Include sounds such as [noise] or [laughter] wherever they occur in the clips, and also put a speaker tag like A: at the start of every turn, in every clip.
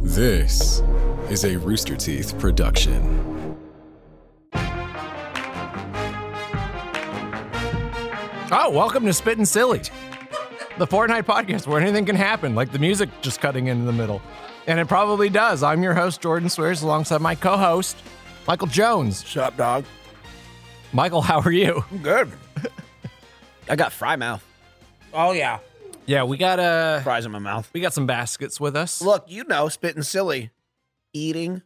A: This is a Rooster Teeth production.
B: Oh, welcome to Spittin' Silly, the Fortnite podcast where anything can happen, like the music just cutting in the middle. And it probably does. I'm your host, Jordan Swears, alongside my co host, Michael Jones.
C: Sup, dog?
B: Michael, how are you?
C: I'm good.
D: [laughs] I got fry mouth.
C: Oh yeah.
B: Yeah, we got uh,
D: Fries in my mouth.
B: we got some baskets with us.
D: Look, you know, spitting silly, eating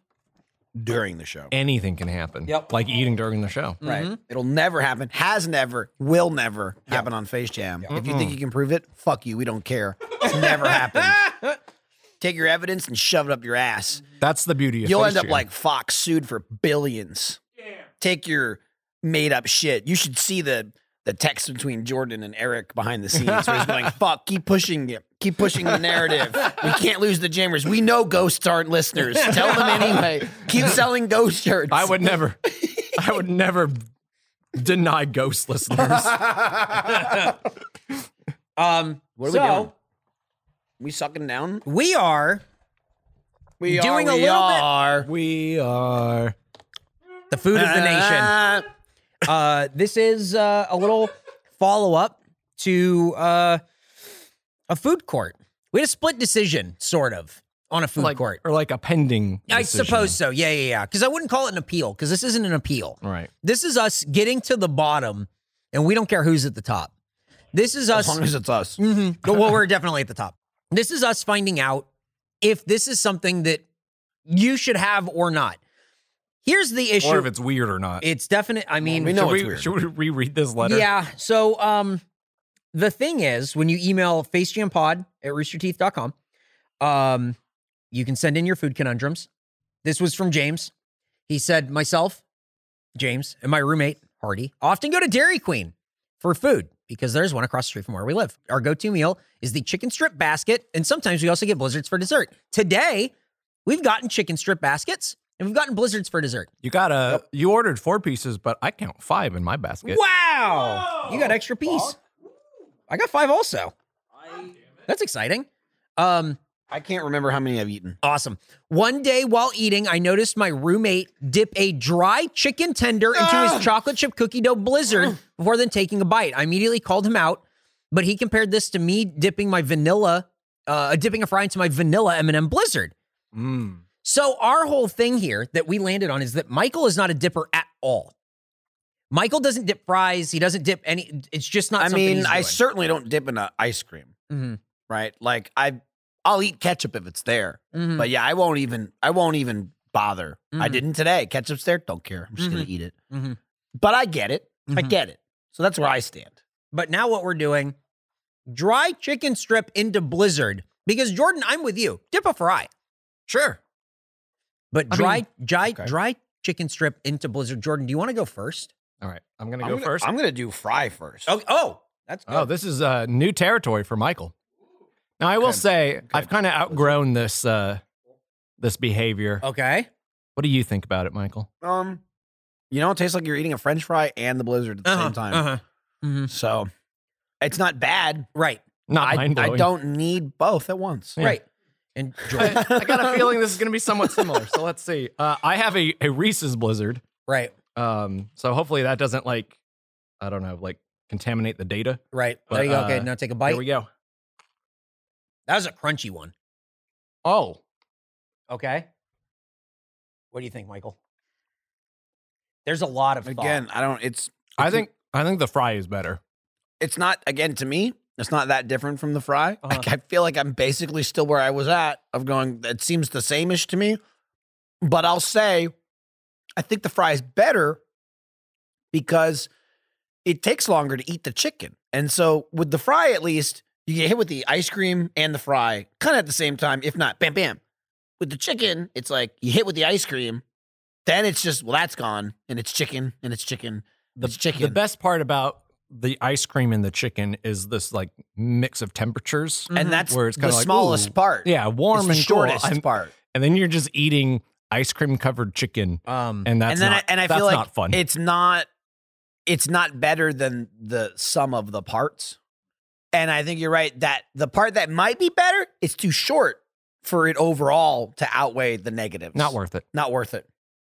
D: during the show.
B: Anything can happen.
C: Yep.
B: Like eating during the show.
D: Right. It'll never happen. Has never. Will never happen on Face Jam. If you think you can prove it, fuck you. We don't care. It's never happened. [laughs] Take your evidence and shove it up your ass.
B: That's the beauty of
D: You'll
B: Face
D: end up
B: Jam.
D: like Fox sued for billions. Take your made up shit. You should see the the text between Jordan and Eric behind the scenes where he's going, fuck, keep pushing it. Keep pushing the narrative. We can't lose the jammers. We know ghosts aren't listeners. Tell them anyway. Keep selling ghost shirts.
B: I
D: [laughs]
B: would never, I would never deny ghost
D: [laughs]
B: listeners.
C: Um.
D: What are
C: so
D: we doing? We sucking down?
C: we are
D: We
C: Doing a
D: we
C: little bit-
D: are.
B: we are.
C: the food of the nation.
D: Ah.
C: Uh, this is uh, a little follow up to uh, a food court. We had a split decision, sort of, on a food
B: Like,
C: court.
B: or like a pending.
C: I
B: decision.
C: suppose so. Yeah, yeah, yeah. Because I wouldn't call it an appeal. Because this isn't an appeal.
B: Right.
C: This is us getting to the bottom, and we don't care who's at the top. This is
D: As
C: us. [laughs]
D: long as it's us.
C: hmm Well, we're definitely at the top. This is us finding out if this is something that you should have or not. Here's the issue.
B: Or if it's weird or not.
C: it's definite. I mean,
D: we know
B: should,
D: it's
B: we,
D: weird.
B: should we reread this letter?
C: yeah. So, um, the thing is, when you email facejampod at roosterteeth.com, um, you can send in your food conundrums. This was from James. He said, Myself, James, and my roommate, Hardy, often go to Dairy Queen for food because there's one across the street from where we live. Our go to meal is the chicken strip basket, and sometimes we also get blizzards for dessert. Today, we've gotten chicken strip baskets and we've gotten blizzards for dessert.
B: You got a. You ordered four pieces, but I count five in my basket.
C: Wow! you got extra piece. I got five also. That's exciting. Um,
D: I can't remember how many I've eaten.
C: awesome. One day while eating, I noticed my roommate dip a dry chicken tender into
D: Ah!
C: his chocolate chip cookie dough blizzard before then taking a bite. I immediately called him out, but he compared this to me dipping my vanilla, uh, dipping a fry into my vanilla M&M blizzard.
B: Mm.
C: So our whole thing here that we landed on is that Michael is not a dipper at all. Michael doesn't dip fries. He doesn't dip any. It's just not.
D: I
C: something
D: mean,
C: he's
D: I
C: doing.
D: certainly don't dip in a ice cream,
C: Mhm.
D: right? Like I, I'll eat ketchup if it's there,
C: Mhm.
D: but yeah, I won't even, I won't even bother. I
C: Mhm.
D: didn't today. Ketchup's there, don't care. I'm just gonna eat it.
C: Mhm.
D: But I get it. I
C: Mhm.
D: get it. So that's where I stand.
C: But now what we're doing, dry chicken strip into blizzard. Because Jordan, I'm with you. Dip a fry. Sure. But
B: I
C: dry
B: mean-
C: dry
D: Okay.
C: dry chicken strip into blizzard. Jordan, do you want to go first?
B: All right, I'm gonna
D: I'm
B: go
D: gonna-
B: 1st
D: I'm gonna do fry first.
C: Oh, oh that's good.
B: oh, this is uh, new territory for Michael. Now I will say I've kind of outgrown this uh, this behavior.
D: Oh.
C: okay.
B: What do you think about it, Michael?
D: Um, you know, it tastes like you're eating a French fry and the Blizzard at the
C: Uh-huh,
D: same time.
C: uh-huh. Mhm.
D: So it's not bad.
C: Right.
B: Not
D: I,
B: mind
D: I
B: blowing.
D: don't need both at once.
B: Yeah.
C: Right. And Jordan.
B: [laughs]
C: [laughs]
B: I, I got a
D: [laughs]
B: feeling this is gonna be somewhat similar. So let's see. Uh, I have a, a Reese's Blizzard.
C: right.
B: Um, so hopefully that doesn't like, I don't know, like contaminate the data.
C: Right.
B: But,
C: there you go. okay.
B: uh,
C: Now take a
B: Here
C: bite.
B: we go.
C: That was a crunchy one.
B: Oh,
C: Okay. What do you think, Michael? There's a lot of thought.
D: Again, I don't. It's
B: I think I think the fry is better.
D: it's not again to me it's not that different from the fry
C: Uh-huh.
D: like, i feel like i'm basically still where i was at of going it seems the same-ish to me but i'll say i think the fry is better because it takes longer to eat the chicken and so with the fry at least you get hit with the ice cream and the fry kind of at the same time if not bam bam with the chicken it's like you hit with the ice cream then it's just well that's gone and it's chicken and it's chicken
B: The
D: it's chicken
B: The best part about the ice cream and the chicken is this like mix of temperatures.
C: Mhm.
D: and that's
B: Where it's
D: the
B: kinda like,
D: smallest
B: ooh,
D: part
B: Mm-hmm. Yeah,
D: Mm. It's
B: warm and
D: the
B: cool.
D: shortest
B: And,
D: part.
B: and then you're just eating ice cream covered chicken,
C: Um,
B: and that's
D: and then
B: not,
D: I, and I
B: that's
D: feel like
B: not fun.
D: it's not it's not better than the sum of the parts. And I think you're right that the part that might be better is too short. for it overall to outweigh the negatives.
B: Not worth it.
D: Not worth it.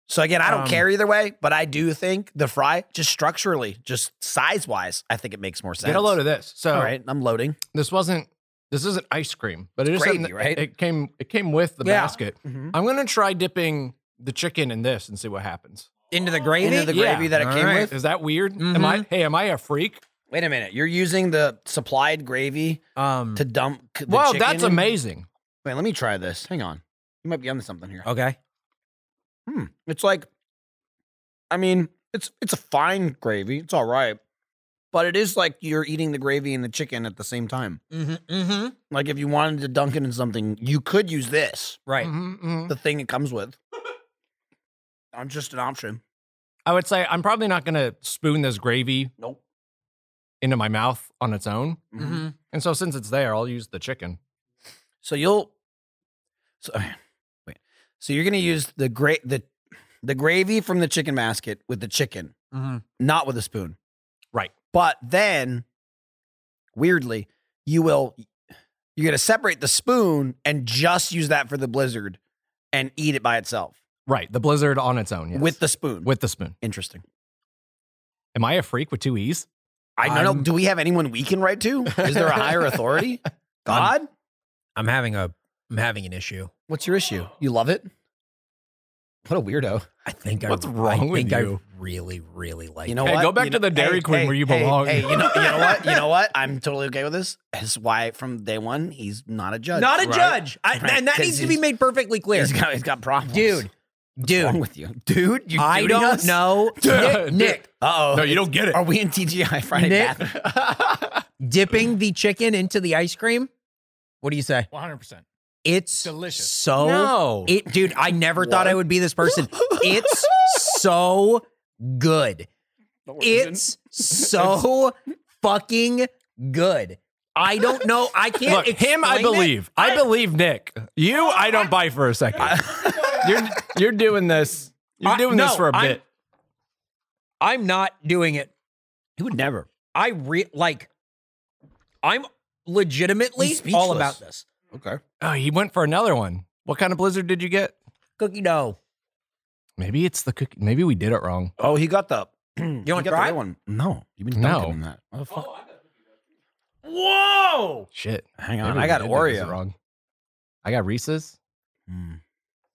D: So again, I don't
B: Um,
D: care either way, but I do think the fry just structurally, just size wise, I think it makes more sense.
B: Get a load of this. So
D: All right, I'm loading.
B: this wasn't this isn't ice cream, but it is
D: Gravy,
B: something that-
D: right?
B: It came it came with the
D: Yeah. Mm-hmm.
B: basket. I'm gonna try dipping the chicken in this and see what happens.
C: Into the gravy?
D: Into the gravy that it
B: All
D: came
B: right.
D: with? Mm-hmm.
B: Is that weird? Am I hey, am I a freak?
D: Wait a minute, you're using the supplied gravy
C: um,
D: to dump. c- The
B: Wow,
D: chicken
B: Hmm. that's
D: in?
B: amazing.
D: Wait, let me try this. Hang on, you might be onto something here.
C: okay.
D: Hmm. It's like, I mean, it's it's a fine gravy. It's all right, but it is like you're eating the gravy and the chicken at the same time.
C: Mm-hmm, mm-hmm.
D: Like if you wanted to dunk it in something, you could use this,
C: Right.
B: Mhm, mhm.
D: the thing it comes with. I'm just an option.
B: I would say I'm probably not gonna spoon this gravy
D: Nope.
B: into my mouth on its own.
D: Mhm.
C: Mm-hmm.
B: And so since it's there, I'll use the chicken.
D: So you'll, so wait. So you're gonna use the gra- the the gravy from the chicken basket with the chicken,
C: Mm-hmm.
D: not with a spoon.
B: Right.
D: But then, weirdly, you will you're gonna separate the spoon and just use that for the blizzard and eat it by itself
B: Right. The blizzard on its own, yes.
D: with the spoon.
B: with the spoon.
D: Interesting.
B: Am I a freak with two E's?
D: I don't know.
C: I'm-
D: Do we have anyone we can write to? Is there a higher [laughs] authority? God?
C: I'm having a I'm having an issue.
D: What's your issue? You love it? What a weirdo.
C: I think
B: What's
C: I,
B: wrong
C: I
B: with
C: think
B: you?
C: I really, really like
D: You know
B: Hey,
D: what?
B: go back
D: You
B: to
D: know-
B: the Dairy Queen where you belong.
D: Hey, you know, you know what? You
B: [laughs]
D: know what? I'm totally okay with this. That's why from day one he's not a judge.
C: Not a
D: Right?
C: judge. I,
D: Right,
C: And that
D: 'cause
C: needs to be
D: he's-
C: made perfectly clear.
D: He's got he's got problems,
C: Dude,
D: What's wrong
C: dude,
D: with you, dude? You
C: I don't
D: [laughs]
C: know. Nick,
B: Dude.
C: Nick,
D: Uh oh.
B: No, you don't get it.
D: Are we in TGI Friday? [laughs]
C: Nick.
D: Bath?
C: dipping the chicken into the ice cream. What do you say?
E: 100%.
C: It's
E: Delicious.
C: So
B: No.
C: it, dude. I never thought I would be
D: [laughs]
C: this person. It's so good. It's so fucking good. I don't know. I can't.
B: Look, him, I
C: explain it.
B: believe. I, believe Nick. You, I don't buy for a second. [laughs]
D: [laughs]
B: you're you're doing this. You're
C: I-
B: doing
C: no,
B: this for a
C: I'm-
B: bit.
C: I'm not doing it.
D: You would never.
C: I re like. I'm legitimately
D: He's
C: all
D: speechless.
C: about this
D: Okay.
B: Oh, he went for another one. What kind of blizzard did you get?
C: cookie dough.
B: Maybe it's the cookie. Maybe we did it wrong.
D: Oh, he got the. [clears throat] you
C: want
D: got
C: dry?
D: the right one? No, you've been
B: No.
D: dunking on that. What the fuck?
C: Whoa!
B: Shit.
D: Hang on,
B: Maybe
D: I
B: we
D: got
B: did do this
D: Oreo.
B: wrong. I got Reese's.
D: Hmm.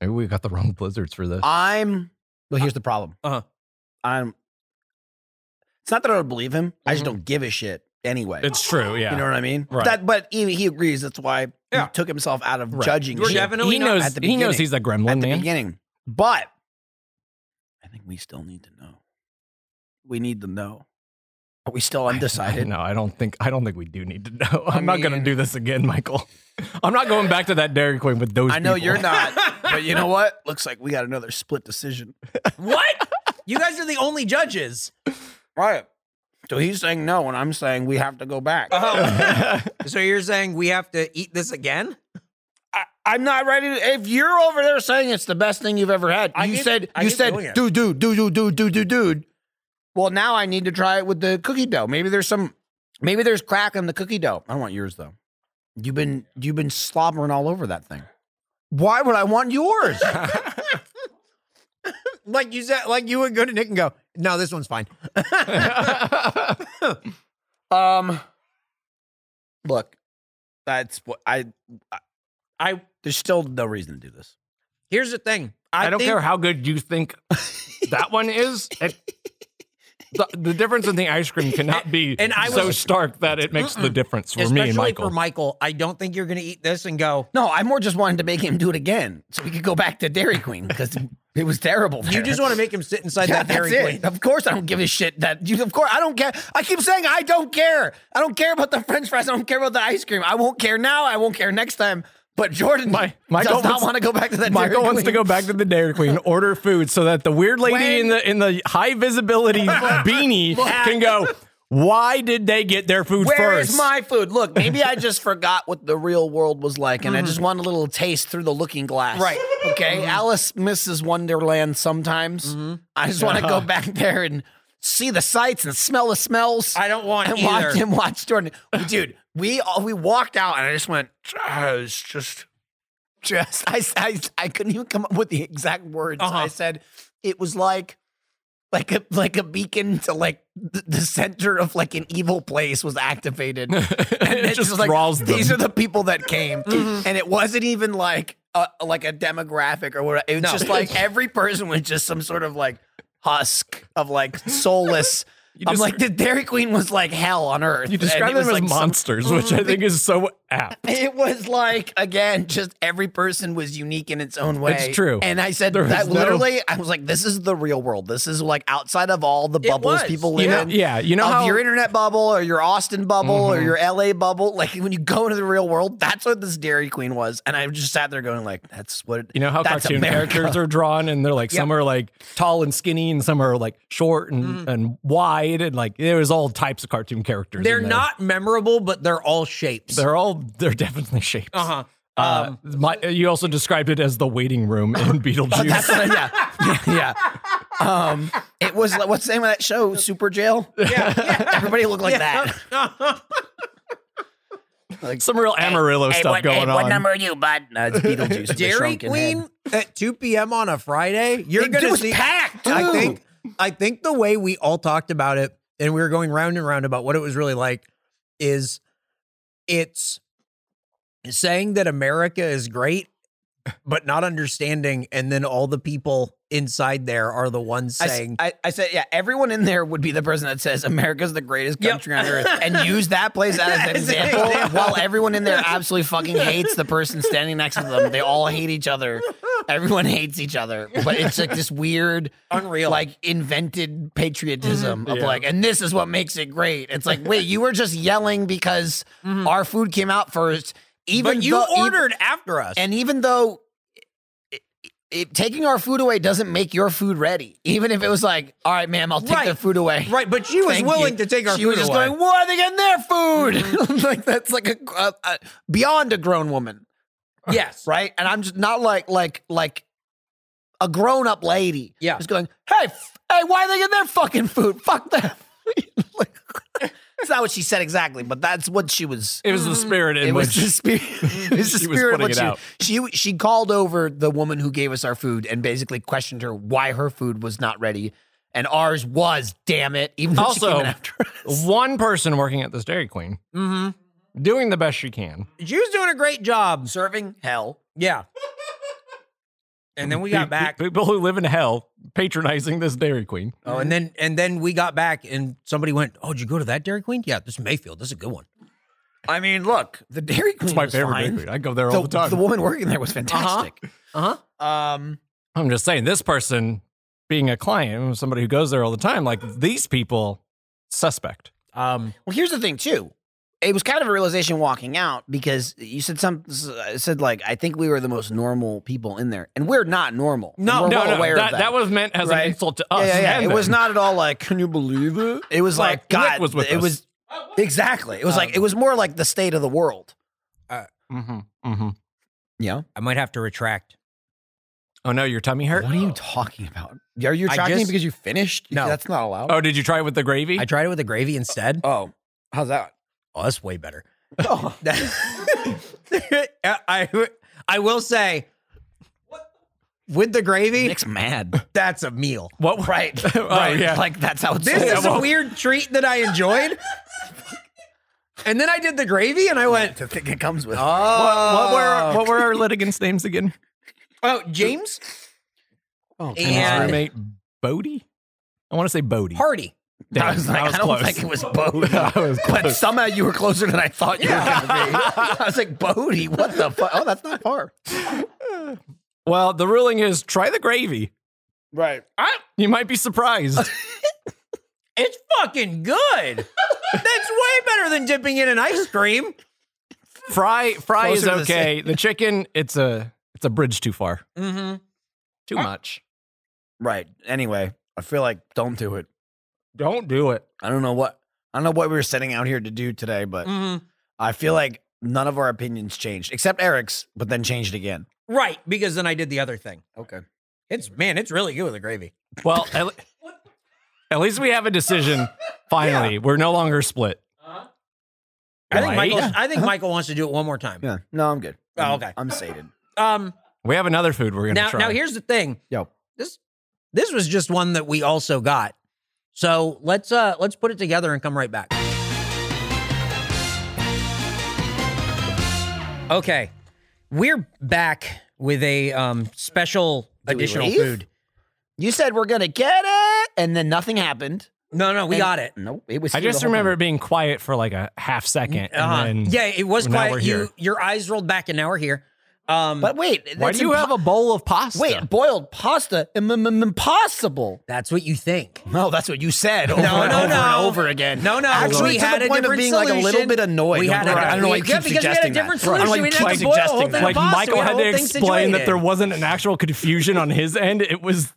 B: Maybe we got the wrong [laughs] blizzards for this.
D: I'm. Well, here's the problem.
C: Uh-huh.
D: I'm. It's not that I don't believe him. I just
B: Mhm.
D: don't give a shit anyway.
B: it's true. Yeah.
D: You know what I mean?
B: Right.
D: That, but he, he agrees. That's why
C: Yeah.
D: he took himself out of
B: Right.
D: judging
C: You're
D: shit
C: definitely
B: he
C: [laughs] not
B: knows.
D: at the
B: He knows
D: beginning.
B: he's a gremlin
D: at the
B: man.
D: beginning. But I think we still need to know. We need to know. Are we still undecided?
B: [laughs] No, I don't think. I don't think we do need to know.
D: I
B: I'm not going to
D: mean-
B: do this again, Michael. [laughs] I'm not going back to that Dairy Queen with those.
D: I know
B: people.
D: you're not, but
B: [laughs]
D: you know what? Looks like we got another split decision.
C: What? you guys are the only judges.
D: Right. So he's saying no, and I'm saying we have to go back.
C: so you're saying we have to eat this again?
D: I, I'm not ready. To, if you're over there saying it's the best thing you've ever had,
C: I
D: you
C: keep-
D: said
C: I
D: you
C: keep doing
D: said
C: it.
D: dude, dude, dude, dude, dude, dude, dude, dude. Well, now I need to try it with the cookie dough. Maybe there's some. Maybe there's crack in the cookie dough. I don't want yours though. You've been you've been slobbering all over that thing. Why would I want yours?
C: [laughs] Like you said, like you would go to Nick and go, no, this one's fine.
D: [laughs] um, look, that's what I, I. I there's still no reason to do this.
C: Here's the thing. I,
B: I, don't
C: think-
B: care how good you think that one is. It, the, the difference in the ice cream cannot be
C: And I
B: so
C: was-
B: stark that it makes the difference for
C: especially
B: me and Michael.
C: for Michael, I don't think you're going to eat this and go,
D: No, I more just wanted to make him do it again so we could go back to Dairy Queen because it was terrible.
C: you
D: there.
C: just want to make him sit inside
D: Yeah,
C: that
D: that's
C: Dairy
D: it.
C: Queen.
D: Of course, I don't give a shit that you. Of course, I don't care. I keep saying I don't care. I don't care about the French fries. I don't care about the ice cream. I won't care now. I won't care next time. But Jordan
B: My- Michael
D: does not
B: wants-
D: want to go back to that.
B: Michael
D: Dairy
B: wants to
D: Queen.
B: go back to the Dairy Queen, order food, so that the weird lady
D: When-
B: in the in the high visibility beanie can go. Why did they get their food
D: Where
B: first?
D: is
B: [laughs]
D: my food? Look, maybe
C: [laughs]
D: I just forgot what the real world was like, and I just want a little taste through the looking glass.
C: Mm-hmm. Right. Mm-hmm.
D: Okay. Alice misses Wonderland sometimes. I just want to
C: Uh-huh.
D: go back there and see the sights and smell the smells.
C: I don't want
D: and
C: either.
D: watch him watch Jordan. Dude, we all, we walked out, and I just went. "Ah, It's just just I, I I couldn't even come up with the exact words.
C: Uh-huh.
D: I said it was like like a like a beacon to like th- the center of like an evil place was activated. And
B: [laughs] it
D: it's
B: just
D: like
B: draws them.
D: these are the people that came, and it wasn't even like a, like a demographic or whatever. It was
C: No.
B: [laughs]
D: just like every person was just some sort of like husk of like
B: [laughs]
D: soulless. I'm
B: just-
D: like the Dairy Queen was like hell on earth.
B: You
D: and it
B: describe them
D: was,
B: as
D: like, some-
B: monsters, which I think is so apt.
D: it was like again, just every person was unique in its own way.
B: It's true.
D: And I said
B: There
D: that
B: was no-
D: literally. I was like, "This is the real world. This is like outside of all the bubbles
C: was.
D: people
B: You
D: live
B: know,
D: in.
B: yeah, you know
D: of
B: how Mm-hmm.
D: your internet bubble or your Austin bubble or your LA bubble. Like when you go into the real world, that's what this Dairy Queen was. And I just sat there going, like, "That's what
B: you know how
D: that's
B: cartoon
D: America.
B: characters are drawn, and they're like some are like tall and skinny, and some are like short and,
D: Mm.
B: and wide, and like there was all types of cartoon characters.
C: They're
B: in there.
C: not memorable, but they're all shapes.
B: They're all they're definitely shapes.
C: uh-huh.
B: Uh, my, you also described it as the waiting room in Beetlejuice.
D: [laughs] Um, [laughs] That's what I, yeah, yeah. yeah. Um, it was like what's the name of that show? Super Jail.
C: [laughs] Yeah.
D: Everybody looked like that.
B: some real Amarillo stuff going on.
D: are you, bud? No, it's Beetlejuice. with a
E: Dairy
D: shrunken head.
E: Queen at 2 p.m. on a Friday. You're
D: It
E: gonna
D: was
E: see.
D: packed,
E: I
D: too.
E: think. I think the way we all talked about it, and we were going round and round about what it was really like, is it's saying that America is great, but not understanding, and then all the people inside there are the ones
D: I s-
E: saying,
D: I, I said, yeah, everyone in there would be the person that says America's the greatest
C: Yep.
D: country on earth and use that place
E: [laughs]
D: as an
C: As an
D: example
C: example.
D: while everyone in there absolutely fucking hates the person standing next to them. They all hate each other. Everyone hates each other. But it's like this weird,
E: Unreal. Mm-hmm.
D: like invented patriotism of
B: Yeah.
D: like, and this is what makes it great. It's like, wait, you were just yelling because our food came out first.
E: Mm-hmm.
D: Even
E: "But you
D: though- even-
E: ordered after us."
D: and even though it- it- taking our food away doesn't make your food ready, even if it was like, all right, ma'am, I'll take
E: Right.
D: the food away.
E: right, but she was
D: Thank
E: willing
D: you."
E: to take our
D: she
E: food
D: was just
E: away. Mm-hmm.
D: going, what are they getting their food? [laughs] like that's like a, a, a beyond a grown woman,
C: yes.
D: right? And I'm just not like like like a grown up lady.
C: Yeah.
D: just going, hey, f- hey, why are they getting their fucking food? Fuck them. [laughs] like, [laughs] it's not what she said exactly, but that's what she was
B: It was the spirit in
D: Mm-hmm. it was
B: which [laughs]
D: the spirit. It was the
B: She was
D: spirit.
B: putting
D: of
B: it
D: what she, she she called over the woman who gave us our food and basically questioned her why her food was not ready and ours was. Damn it! Even though she
B: Also-
D: came in after us.
B: one person working at this Dairy Queen
D: Mm-hmm.
B: doing the best [laughs] she can.
C: She was doing a great job.
D: serving hell.
C: Yeah. And then we
B: Pe-
C: got back.
B: pe- People who live in hell patronizing this Dairy Queen.
E: Oh, and then and then we got back, and somebody went, "Oh, did you go to that Dairy Queen? Yeah, this is Mayfield. This is a good one."
D: I mean, look, the Dairy Queen
B: It's my
D: was
B: favorite
D: fine.
B: Dairy Queen. I go there all
D: The,
B: the time.
D: the woman working there was fantastic.
C: Uh-huh.
D: Um,
B: I'm just saying, this person being a client, somebody who goes there all the time, like these people, suspect.
C: Um,
D: Well, here's the thing too. It was kind of a realization walking out because you said some I said like I think we were the most normal people in there, and we're not normal.
C: No,
D: we're
B: no,
D: well
B: no,
D: aware
B: that,
D: of that.
B: that was meant as
D: right?
B: an insult to us.
D: Yeah, yeah, yeah.
B: and
D: It was
B: them.
D: not at all like, can you believe it? It was Um, like,
B: Like,
D: God,
B: Nick was with
D: it
B: us.
D: was exactly. It was like it was more like the state of the world.
B: Mhm,
D: Mm-hmm.
B: mhm.
D: Yeah.
E: I might have to retract.
B: Oh no, your tummy hurt.
D: What are you talking about? Are you
E: I
D: tracking
E: just-
D: because you finished?
E: No.
D: that's not allowed.
B: Oh, did you try it with the gravy?
E: I tried it with the gravy instead.
D: Oh, how's that?
E: Oh, that's way better.
D: [laughs]
E: [laughs]
D: Oh.
E: I I will say, with the gravy,
D: [laughs] Nick's mad.
E: that's a meal.
B: what?
D: right.
B: [laughs]
D: [laughs]
B: Oh,
D: right.
B: yeah.
D: Like that's how it's.
E: This
D: sold.
E: is a weird treat that I enjoyed. And then I did the gravy, and I went,
D: the thing [laughs] it comes with.
E: "Oh,
B: What were our, what were our litigants' names [laughs] again?
E: oh, James
D: Oh,
E: and-
B: His
E: Yeah.
B: roommate Bodie. I want to say Bodie. [laughs]
E: Hardy."
B: Damn,
D: I was like,
B: that was
D: I don't
B: close.
D: think it was
B: [laughs]
D: Bodie.
B: That was
D: but somehow you were closer than I thought you were going to be. I was like, Bodie, what the fuck? Oh, that's not far.
B: Well, the ruling is try the gravy.
D: Right.
B: You might be surprised.
E: It's fucking good. That's way better than dipping in an ice cream.
B: fry fry is
D: Closer to the
B: okay. The, chicken, it's a it's a bridge too far.
C: mhm.
B: Mm-hmm, Too much.
D: Right. Anyway, I feel like don't do it.
B: Don't do it.
D: I don't know what I don't know what we were setting out here to do today, but
B: mm-hmm.
D: I feel like none of our opinions changed except Eric's, but then changed again.
E: Right, because then I did the other thing.
D: Okay.
E: It's man, it's really good with the gravy.
B: Well, at, le- at least we have a decision. Finally, we're no longer split.
E: I think
B: Right? Uh-huh.
E: Michael. I think Michael wants to do it one more time.
D: Yeah. No, I'm good.
E: Oh,
D: I'm-
E: okay.
D: I'm sated.
C: Um,
B: We have another food we're gonna
C: now,
B: try.
C: now here's the thing.
D: Yo.
C: This this was just one that we also got. So let's uh let's put it together and come right back. Okay. We're back with a um special
D: we
C: additional
D: leave?
C: food.
D: You said we're gonna get it, and then nothing happened.
C: No, no, we
D: And-
C: got it.
D: Nope, it was.
B: I
D: here the
B: just
D: whole
B: remember it
D: time.
B: being quiet for like a half 2nd
C: Uh-huh.
B: and then
C: yeah, it was
B: now
C: quiet.
B: we're
C: You
B: here.
C: your eyes rolled back and now we're here. Um
D: But wait,
B: Why
D: that's
B: do you
D: impo-
B: have a bowl of pasta?
D: wait boiled pasta? Mm, mm, mm, Impossible.
C: that's what you think.
D: [laughs] No, that's what you said over
C: No,
D: and
C: no,
D: over
C: no.
D: and over again.
C: No, no.
D: Actually,
C: we
D: to
C: had
D: the
C: a
D: point of
C: different
D: being like a little
C: solution.
D: bit annoyed.
C: We had a-
D: I don't know why you
C: Yeah,
D: keep
C: because we had a
D: suggesting
C: different
D: that. I don't know why
C: solution.
D: you
C: We
D: keep
C: didn't have to boil the
D: suggesting
C: whole thing
D: that.
C: up.
B: like
C: pasta, we
B: Michael
C: had
B: had
C: the
B: to
C: whole thing
B: explain that
C: situated.
B: there wasn't an actual confusion on his end. It was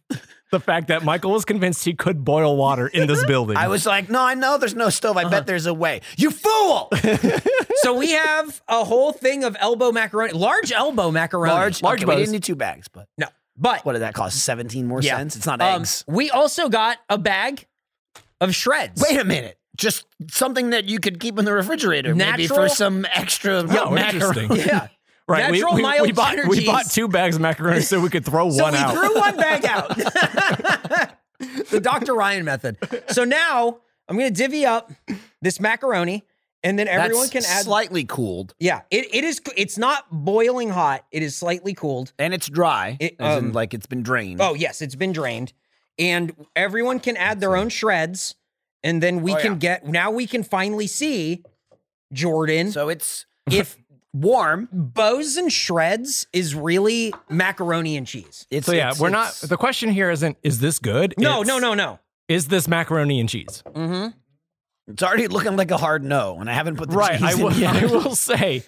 B: the fact that Michael was convinced he could boil water in this building.
D: I was like, no, I know there's no stove. I
C: Uh-huh.
D: bet there's a way. You
C: [laughs]
D: fool!
C: so we have a whole thing of elbow macaroni, large elbow macaroni.
D: Large,
B: Large
D: okay, we
B: bows.
D: didn't need two bags, but
C: No. But
D: what did that cost? Seventeen more
C: Yeah.
D: cents. It's not
C: Um,
D: eggs.
C: we also got a bag of shreds.
D: Wait a minute. Just something that you could keep in the refrigerator, maybe for
C: Natural-
D: some extra [laughs]
B: Oh,
D: macaroni.
B: interesting.
C: [laughs] yeah.
B: [laughs] right. We,
C: Natural
B: we,
C: mild
B: we bought,
C: cheddar
B: we
C: cheese.
B: bought two bags of macaroni so we could throw
C: So
B: one
C: we
B: out.
C: threw
B: [laughs]
C: one bag out. [laughs] the Dr. Ryan method. So now I'm going to divvy up this macaroni and then everyone
D: That's
C: can add
D: slightly cooled
C: Yeah, it, it is it's not boiling hot. It is slightly cooled.
D: and it's dry.
C: It,
D: as in,
C: um,
D: like it's been drained.
C: Oh, yes, it's been drained. And everyone can add their own shreds and then we
D: Oh,
C: can
D: yeah.
C: get now we can finally see Jordan
D: So it's
C: if
D: warm.
C: bows and shreds is really macaroni and cheese.
D: It's
B: so yeah,
D: it's-
B: we're not.
D: it's-
B: The question here isn't is this good?
C: No,
B: It's,
C: no, no, no.
B: Is this macaroni and cheese?
D: It's already looking like a hard no, and I haven't put the
B: Right.
D: cheese
B: I will.
D: in yet.
B: I
D: [laughs]
B: will say.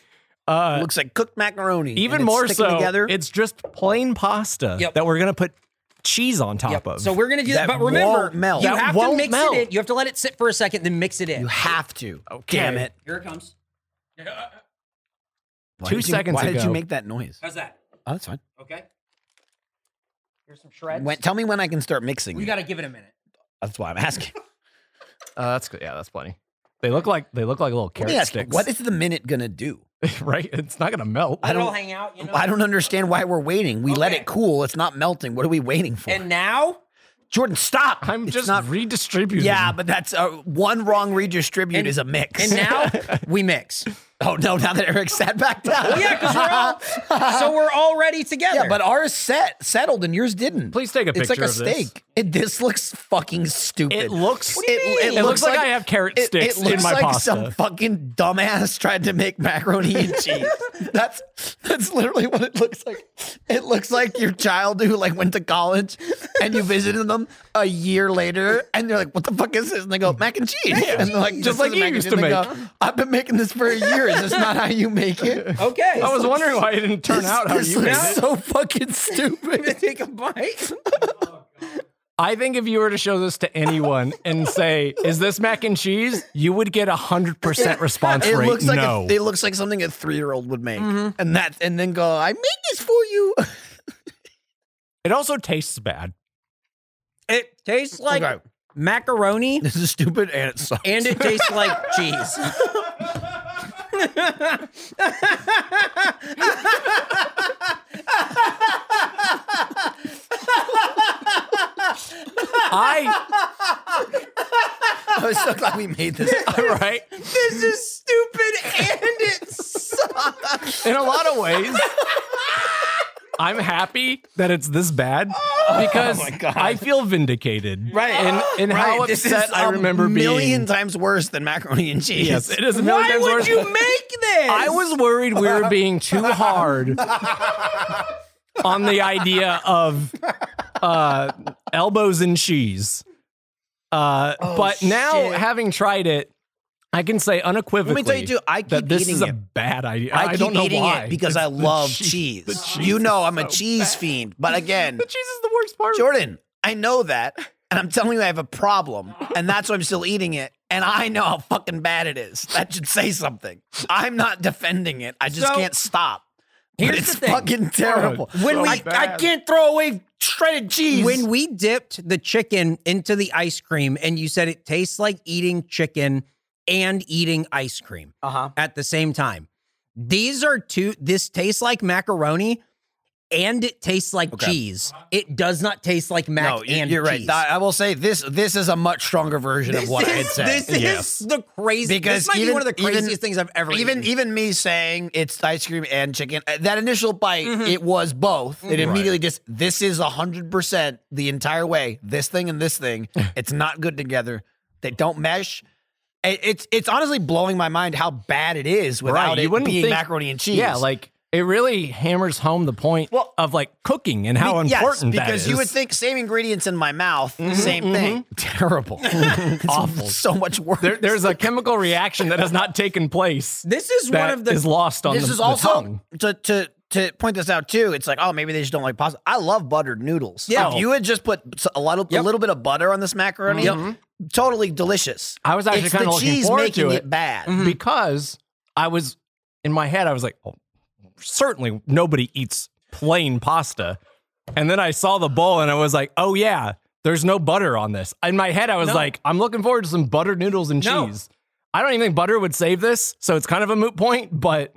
B: Uh,
D: looks like cooked macaroni.
B: even
D: and it's
B: more
D: sticking
B: so,
D: together.
B: it's just plain pasta
C: Yep.
B: that we're gonna put cheese on top
C: Yep.
B: of.
C: So we're gonna do that,
D: That
C: but remember,
D: won't melt.
C: you
D: That
C: have to
B: won't
C: mix
B: melt.
C: it in. You have to let it sit for a second, then mix it in.
D: you have to.
B: Okay.
D: Damn it!
C: Here it comes.
D: Why
B: Two
D: did you-
B: seconds
D: Why did you
B: ago.
D: make that noise?
C: How's that?
D: Oh, that's fine.
C: Okay. Here's some shreds.
D: When, tell me when I can start mixing.
C: we
D: it.
C: gotta give it a minute.
D: that's why I'm
C: [laughs]
D: asking.
B: Uh, that's good. Yeah, that's plenty. They look like they look like little
D: Let
B: carrot
D: me ask you,
B: sticks.
D: what is the minute gonna do?
B: [laughs] right? It's not gonna melt.
D: I
C: Let it all
D: don't-
C: hang out, you know.
D: I don't understand why we're waiting. We let
C: Okay.
D: it cool. It's not melting. What are we waiting for?
C: And now,
D: Jordan, stop.
B: I'm
D: It's
B: just
D: not.
B: redistributing.
D: Yeah, but that's uh, one wrong redistribute
C: And-
D: is a mix.
C: and now we mix.
D: [laughs] oh no! Now that Eric sat back down.
C: Well, Oh, yeah, because we're all so we're already together.
D: [laughs] Yeah, but ours set settled and yours didn't.
B: Please take a
D: It's like
B: picture
D: a
B: of this.
D: steak. It, this looks fucking stupid.
B: It looks- What do
C: you mean?
B: It looks like I have carrot
D: it-
B: sticks
D: it,
B: in
D: looks
B: my
D: like
B: pasta.
D: Some fucking dumbass tried to make macaroni
B: [laughs]
D: and cheese. that's that's literally what it looks like. It looks like your child who like went to college and you visited them a year later and they're like, "What the fuck is this?" And they go, "Mac and cheese." and they're like,
B: Just
D: "This
B: like
D: isn't
B: you
D: mac and
B: used
D: cheese."
B: to
D: And they
B: make.
D: Go, I've been making this for a year. Is this not how you make it?
B: [laughs]
C: okay.
B: I was wondering why it didn't turn
D: This-
B: out how
D: this
B: you made
D: looks
B: it.
D: so
B: [laughs]
D: fucking stupid.
C: take a bite.
B: I think if you were to show this to anyone and say, "Is this mac and cheese?" you would get a hundred percent response
D: It
B: rate.
D: looks like
B: no.
D: a, it looks like something a three year old would make,
B: Mm-hmm.
D: and that and then go, I made this
B: [laughs]
D: for you.
B: it also tastes
D: [laughs]
B: bad.
C: It tastes like
D: Okay.
C: macaroni
D: This is stupid, and it sucks.
C: and it tastes like cheese.
B: I
D: [laughs]
B: [laughs]
D: I'm so glad we made this.
B: right
C: This is stupid and
F: [laughs]
C: it sucks.
B: in a lot of ways. I'm happy that it's this bad because I feel vindicated. [laughs] Right. And, and how
D: Right, this
B: upset
D: is
B: I
D: a
B: remember
D: million
B: being.
D: times worse than macaroni and cheese.
B: Yes, it is a million
C: Why
B: times
C: would
B: worse.
C: you make this?
B: I was worried we were
D: [laughs]
B: being too hard on the idea of uh, elbows and cheese. Uh, but now,
D: Oh, shit.
B: having tried it, I can say unequivocally.
D: tell you, too, I
B: that
D: keep
B: this
D: eating
B: is a
D: it.
B: bad idea.
D: I, keep
B: don't know
D: eating
B: why.
D: it because
B: It's
D: I
B: the
D: love
B: cheese.
D: cheese.
B: The cheese
D: You know,
B: is
D: I'm a
B: so
D: cheese
B: bad.
D: fiend. But
B: [laughs]
D: again,
B: The cheese is the worst part.
D: Jordan, I know that, and I'm telling you, I have a [laughs] problem, and that's why I'm still eating it. And I know how fucking bad it is. That should say something. I'm not defending it. I just
C: So-
D: can't stop. But
C: Here's
D: it's
C: the thing.
D: fucking terrible.
B: When
D: When
B: so
D: we,
B: we-
D: I, I
B: bad.
D: can't throw away shredded cheese.
C: when we dipped the chicken into the ice cream and you said it tastes like eating chicken and eating ice cream
D: uh huh.
C: at the same time. These are two this tastes like macaroni
F: and it tastes like
D: Okay.
F: cheese. It does not taste like mac
D: no, you-
F: and
D: you're right.
F: cheese.
D: I I will say this. This is a much stronger version of what I had
F: is,
D: said.
F: this
G: Yes.
F: is the craziest.
D: Because
F: this might be
D: even-
F: one of the
D: even-
F: craziest things I've ever
D: even
F: eaten.
D: even me saying it's ice cream and chicken uh, that initial bite
F: Mm-hmm.
D: it was both it immediately just this is 100% the entire way this thing and
B: [laughs]
D: this thing it's not good together they don't mesh It- it's it's honestly blowing my mind how bad it is without
B: Right, you
D: it
B: wouldn't
D: being
B: think-
D: macaroni and cheese
B: Yeah, like it really hammers home the point
D: Well-
B: of like cooking and how
D: Be- yes,
B: important that is.
D: because
B: Mm-hmm.
D: you
B: [laughs]
D: would think same ingredients in my mouth same thing [laughs] terrible It's
B: Awful.
D: [laughs] so much worse
B: there, there's a chemical reaction that has not taken place.
F: this is
B: that
F: one of the
B: is lost on
D: this
B: the,
D: is
B: the
D: also
B: tongue.
D: to to to point this out too. It's like, oh, maybe they just don't like pasta. I love buttered noodles.
B: Yeah.
D: if you had just put s- a little a little bit of butter on this macaroni, totally delicious.
B: I was actually
D: it's
B: kinda
D: the
B: looking
D: cheese
B: forward
D: making
B: to
D: it,
B: it. Mm-hmm.
D: bad.
B: because I was in my head, I was like, oh, certainly nobody eats plain pasta. And then I saw the bowl and I was like, oh yeah, there's no butter on this. In my head, I was like, I'm looking forward to some buttered noodles and
F: No.
B: cheese. I don't even think butter would save this, so it's kind of a moot point. But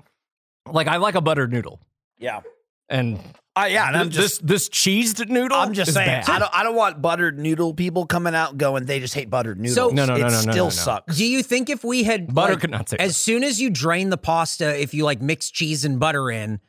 B: like, I like a buttered noodle,
D: Yeah,
B: and
D: I yeah. And I'm
B: th-
D: just
B: this this cheesed noodle.
D: I'm just
B: is
D: saying,
B: bad.
D: I don't I don't want buttered noodle people coming out going they just hate buttered noodles.
F: So-
B: No, no, no, no,
D: it
B: no,
D: still
B: no, no.
D: sucks.
F: Do you think if we had
B: butter
F: like,
B: could not save
C: as
B: this.
C: soon as you drain the pasta, if you like mix cheese and butter in,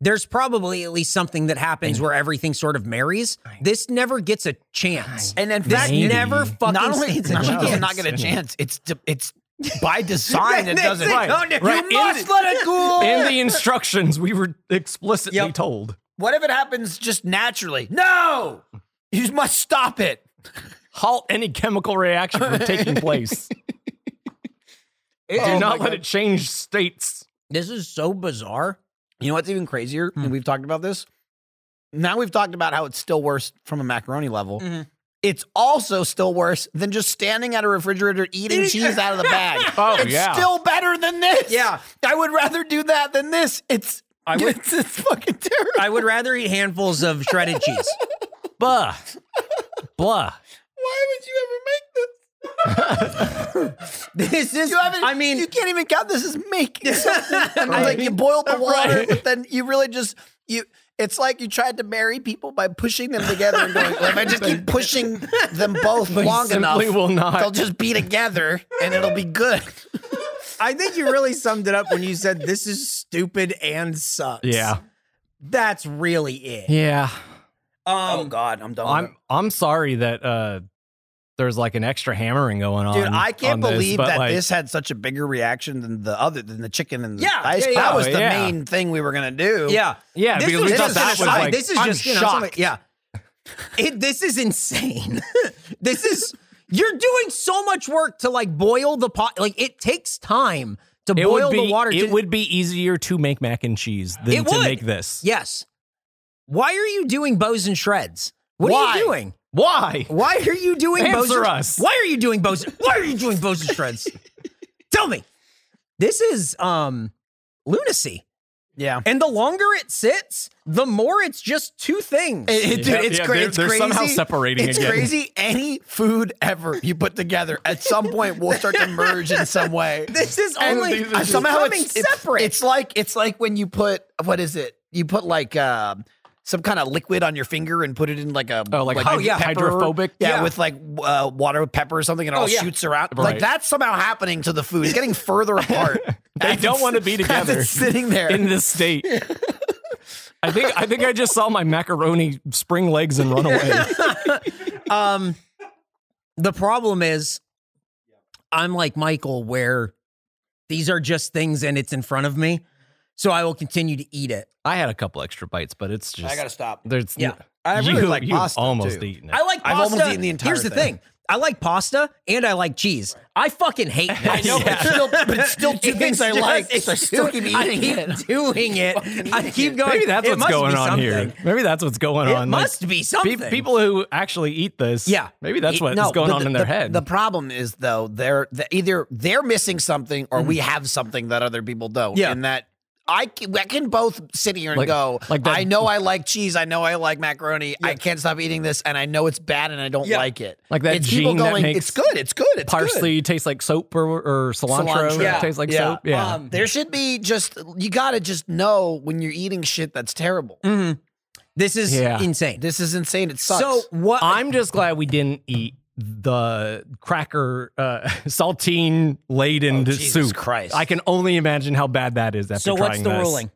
C: there's probably at least something that happens where everything sort of marries. This never gets a chance.
D: And then
C: This
B: Maybe.
C: never fucking
D: not only
C: stands a
D: not only does it
C: chance.
D: not get a chance, it's de- it's
B: [laughs]
D: by design it doesn't.
B: Right, right. In
D: You must
B: the-
D: let it cool.
B: in the instructions, we were explicitly
D: Yep.
B: told.
D: What if it happens just naturally? No! You must stop it.
B: halt any chemical reaction from taking place. Do
D: Oh
B: not let it change states.
C: This is so bizarre.
D: You know what's even crazier? And we've talked about this. Now we've talked about how it's still worse from a macaroni level.
B: Mm-hmm.
D: It's also still worse than just standing at a refrigerator eating cheese out of the bag.
B: [laughs] Oh,
D: it's
B: yeah.
D: still better than this.
F: Yeah.
D: I would rather do that than this. It's
F: I would-
D: [laughs] it's, it's fucking terrible.
C: I would rather eat handfuls of shredded cheese.
B: Blah. Blah.
D: Why would you ever make
C: This is,
D: this? You haven't,
C: I mean,
D: you can't even count this as
B: [laughs]
D: making something. And Like you boiled the water,
B: Right.
D: but then you really just you. It's like you tried to marry people by pushing them together and going, well, if I just
B: [laughs]
D: keep pushing them both long enough,
B: simply will not.
D: they'll just be together and it'll be good.
C: I think you really summed it up when you said this is stupid and sucks.
B: Yeah.
C: That's really it.
B: Yeah.
D: oh God, I'm done.
B: I'm I'm sorry that uh there's like an extra hammering going on.
D: Dude, I can't
B: on this,
D: believe
B: but,
D: that
B: like,
D: this had such a bigger reaction than the other than the chicken and the
C: Yeah,
D: ice.
C: yeah,
D: cream.
C: yeah.
D: that was the
B: Oh, Yeah.
D: main thing we were gonna do.
C: Yeah.
B: Yeah,
C: This
B: because
C: was
B: we thought
C: just
B: that
C: an
B: was
C: aside.
B: like
C: this is
D: I'm
C: just you know, something-
D: shocked.
C: yeah. It this is insane. [laughs] this is you're doing so much work to like boil the pot. Like it takes time to
B: it
C: boil
B: would be
C: the water.
B: it
C: to,
B: would be easier to make mac and cheese than
C: It
B: to
C: would.
B: make this.
C: yes. Why are you doing bows and shreds? What are
D: Why?
C: you doing?
B: Why?
C: Why are you doing bows?
B: Answer
C: and-
B: us.
C: Why are you doing bows? Why are you doing bows and
B: [laughs]
C: shreds? Tell me. This is um lunacy.
D: yeah.
C: And the longer it sits, the more it's just two things.
D: It, it,
B: Yeah,
D: dude, it's,
B: yeah,
D: cra-
B: they're-
D: it's
B: they're
D: crazy.
B: somehow separating
D: It's
B: again.
D: crazy. Any food ever you put together, at some point, will start to merge in
B: [laughs]
D: some way.
C: this is
D: And
C: only
D: uh, somehow
C: becoming
D: it's, it's-
C: separate.
D: It's like it's like when you put what is it? You put like um some kind of liquid on your finger and put it in like a
B: Oh, like hyd-
D: pepper.
B: hydrophobic?
D: Yeah,
B: Yeah.
D: with like uh, water with pepper or
B: Oh,
D: something, and it all
C: yeah.
D: shoots around.
B: Right.
D: Like that's somehow happening to the food. It's getting further apart.
B: [laughs] They
D: as
B: don't
D: it's-
B: want to be
D: [laughs] as
B: together.
D: It's sitting there.
B: in this state. I think I think I just saw my macaroni spring legs and run away.
C: um the problem is I'm like Michael where these are just things and it's in front of me. So I will continue to eat it.
B: I had a couple extra bites, but it's just
D: I gotta stop.
B: There's
C: Yeah.
D: I really
B: you,
D: like
B: you've
D: pasta
B: almost
D: too.
B: eaten it.
C: I like pasta.
D: I've almost eaten the entire
C: Here's the
D: thing.
C: thing. I like pasta and I like cheese. I fucking
D: [laughs]
C: hate this. I
D: know, but Yeah. still- but
C: [laughs]
D: it's still two things I like, so I still keep eating
C: I
D: it.
C: keep [laughs] doing it. I keep going.
B: Maybe that's
C: "It
B: what's
C: must
B: going
C: be
B: on here.
C: something."
B: Maybe that's what's going
C: It
B: on. Like,
C: must be
B: pe-
C: something.
B: people who actually eat this,
C: Yeah.
B: maybe that's what's
D: No,
B: going
D: but
B: on
D: the-
B: in their
D: the-
B: head.
D: The problem is though they're the, either they're missing something or
B: Mm.
D: we have something that other people don't.
C: Yeah.
D: and that. I can, I can both sit here and
B: Like-
D: go.
B: like that-
D: I know I like cheese. I know I like macaroni. I can't stop eating this, and I know it's bad, and I don't
C: Yeah.
D: like it.
B: Like that
D: It's people
B: gene that
D: going.
B: makes
D: it's good. It's good. It's
B: Parsley tastes like soap or, or cilantro.
D: Cilantro. Yeah.
B: tastes like
D: Yeah.
B: soap. Yeah,
C: Um,
B: Mm.
D: Good. There should be just you got to just know when you're eating shit that's terrible.
C: This is
H: Yeah.
C: insane.
D: This is insane. It sucks.
C: so what?
B: I'm just glad we didn't eat the cracker uh, [laughs] saltine laden
D: Jesus
B: soup.
D: Christ.
B: I can only imagine how bad that is after
C: Oh, so
B: trying
C: what's the
B: this.
C: ruling?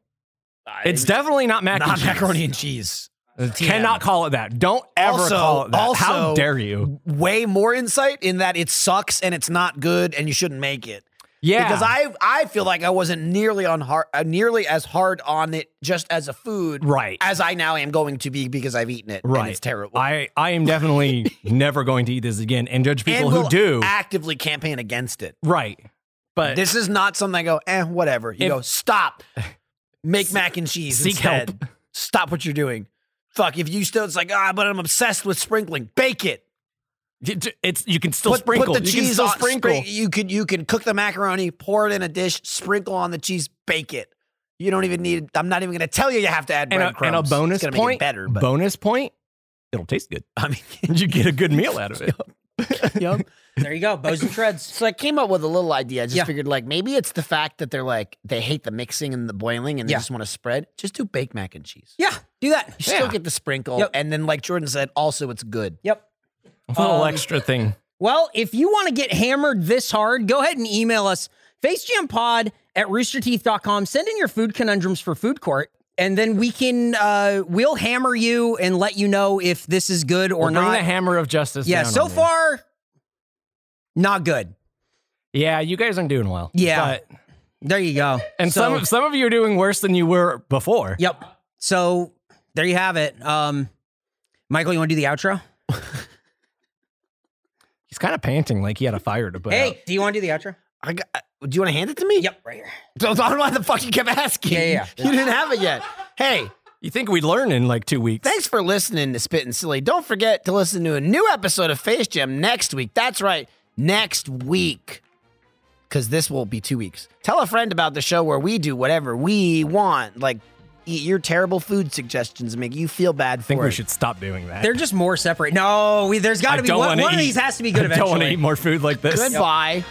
B: It's definitely not mac and
D: not
B: cheese.
D: macaroni and cheese.
B: It Cannot call it that. Don't ever
D: Also-
B: call it that. how
D: also-
B: dare you?
D: Way more insight in that it sucks and it's not good and you shouldn't make it.
B: Yeah,
D: Because I I feel like I wasn't nearly on hard, uh, nearly as hard on it just as a food
B: right.
D: as I now am going to be because I've eaten it. and
B: Right.
D: it's terrible.
B: I, I am
D: [laughs]
B: definitely never going to eat this again and judge people
D: and
B: who
D: will
B: do.
D: actively campaign against it.
B: right. But
D: This is not something I go, eh, whatever. You
B: If-
D: go,
B: [laughs]
D: stop. Make mac and cheese.
B: seek
D: instead.
B: help.
D: Stop what you're doing. Fuck. If you still, it's like, ah, but I'm obsessed with sprinkling. Bake it.
B: it- it's you can still
D: put, put
B: sprinkle.
D: the
B: you
D: cheese
B: can still
D: on.
B: sprinkle.
D: sprin- you could you can cook the macaroni, pour it in a dish, sprinkle on the cheese, bake it. You don't even need. I'm not even going to tell you. You have to add
B: and, a,
D: breadcrumbs.
B: and a
D: It's
B: bonus
D: gonna make it
B: point.
D: better, but
B: bonus point. It'll taste good.
D: I mean,
B: [laughs] You get a good meal out of it.
D: [laughs] yup.
C: There you go. Bows and
D: [laughs]
C: shreds.
D: So I came up with a little idea. I just
C: Yeah.
D: figured like maybe it's the fact that they're like they hate the mixing and the boiling and they
C: Yeah.
D: just want to spread. Just do baked mac and cheese.
C: Yeah, do that.
D: You still get the sprinkle,
C: Yep.
D: and then like Jordan said, also it's good.
C: Yep.
B: [laughs] A little
C: Um,
B: extra thing.
C: Well, if you want to get hammered this hard, go ahead and email us facejampod at roosterteeth.com. Send in your food conundrums for food court, and then we can uh we'll hammer you and let you know if this is good or
B: Bring the
C: not.
B: hammer of justice.
C: yeah,
B: down
C: so
B: on me.
C: far, not good.
B: Yeah, you guys aren't doing well.
C: Yeah.
B: But-
C: There you go.
B: and
C: so,
B: some of- some of you are doing worse than you were before.
C: Yep. So there you have it. Um Michael, you want to do the outro?
B: He's kind of panting like he had a fire to put out.
C: Hey, do you want to do the outro?
D: I got, uh, do you want to hand it to me?
C: Yep, right here.
D: [laughs] I don't know why the fuck you kept asking.
C: Yeah, yeah,
D: You didn't have it yet. Hey,
B: You think we'd learn in like two weeks?
D: Thanks for listening to Spittin' Silly. Don't forget to listen to a new episode of Face Jam next week. That's right, next week. Because this will be two weeks. Tell a friend about the show where we do whatever we want, like eat your terrible food suggestions and make you feel bad for
B: I think we
D: it.
B: should stop doing that.
C: They're just more separate. No, we, there's got
B: I
C: to be
B: don't
C: one.
B: wanna
C: One of
B: eat-
C: these has to be good
B: [laughs] I don't want to
C: eventually.
B: eat more food like this.
D: Goodbye.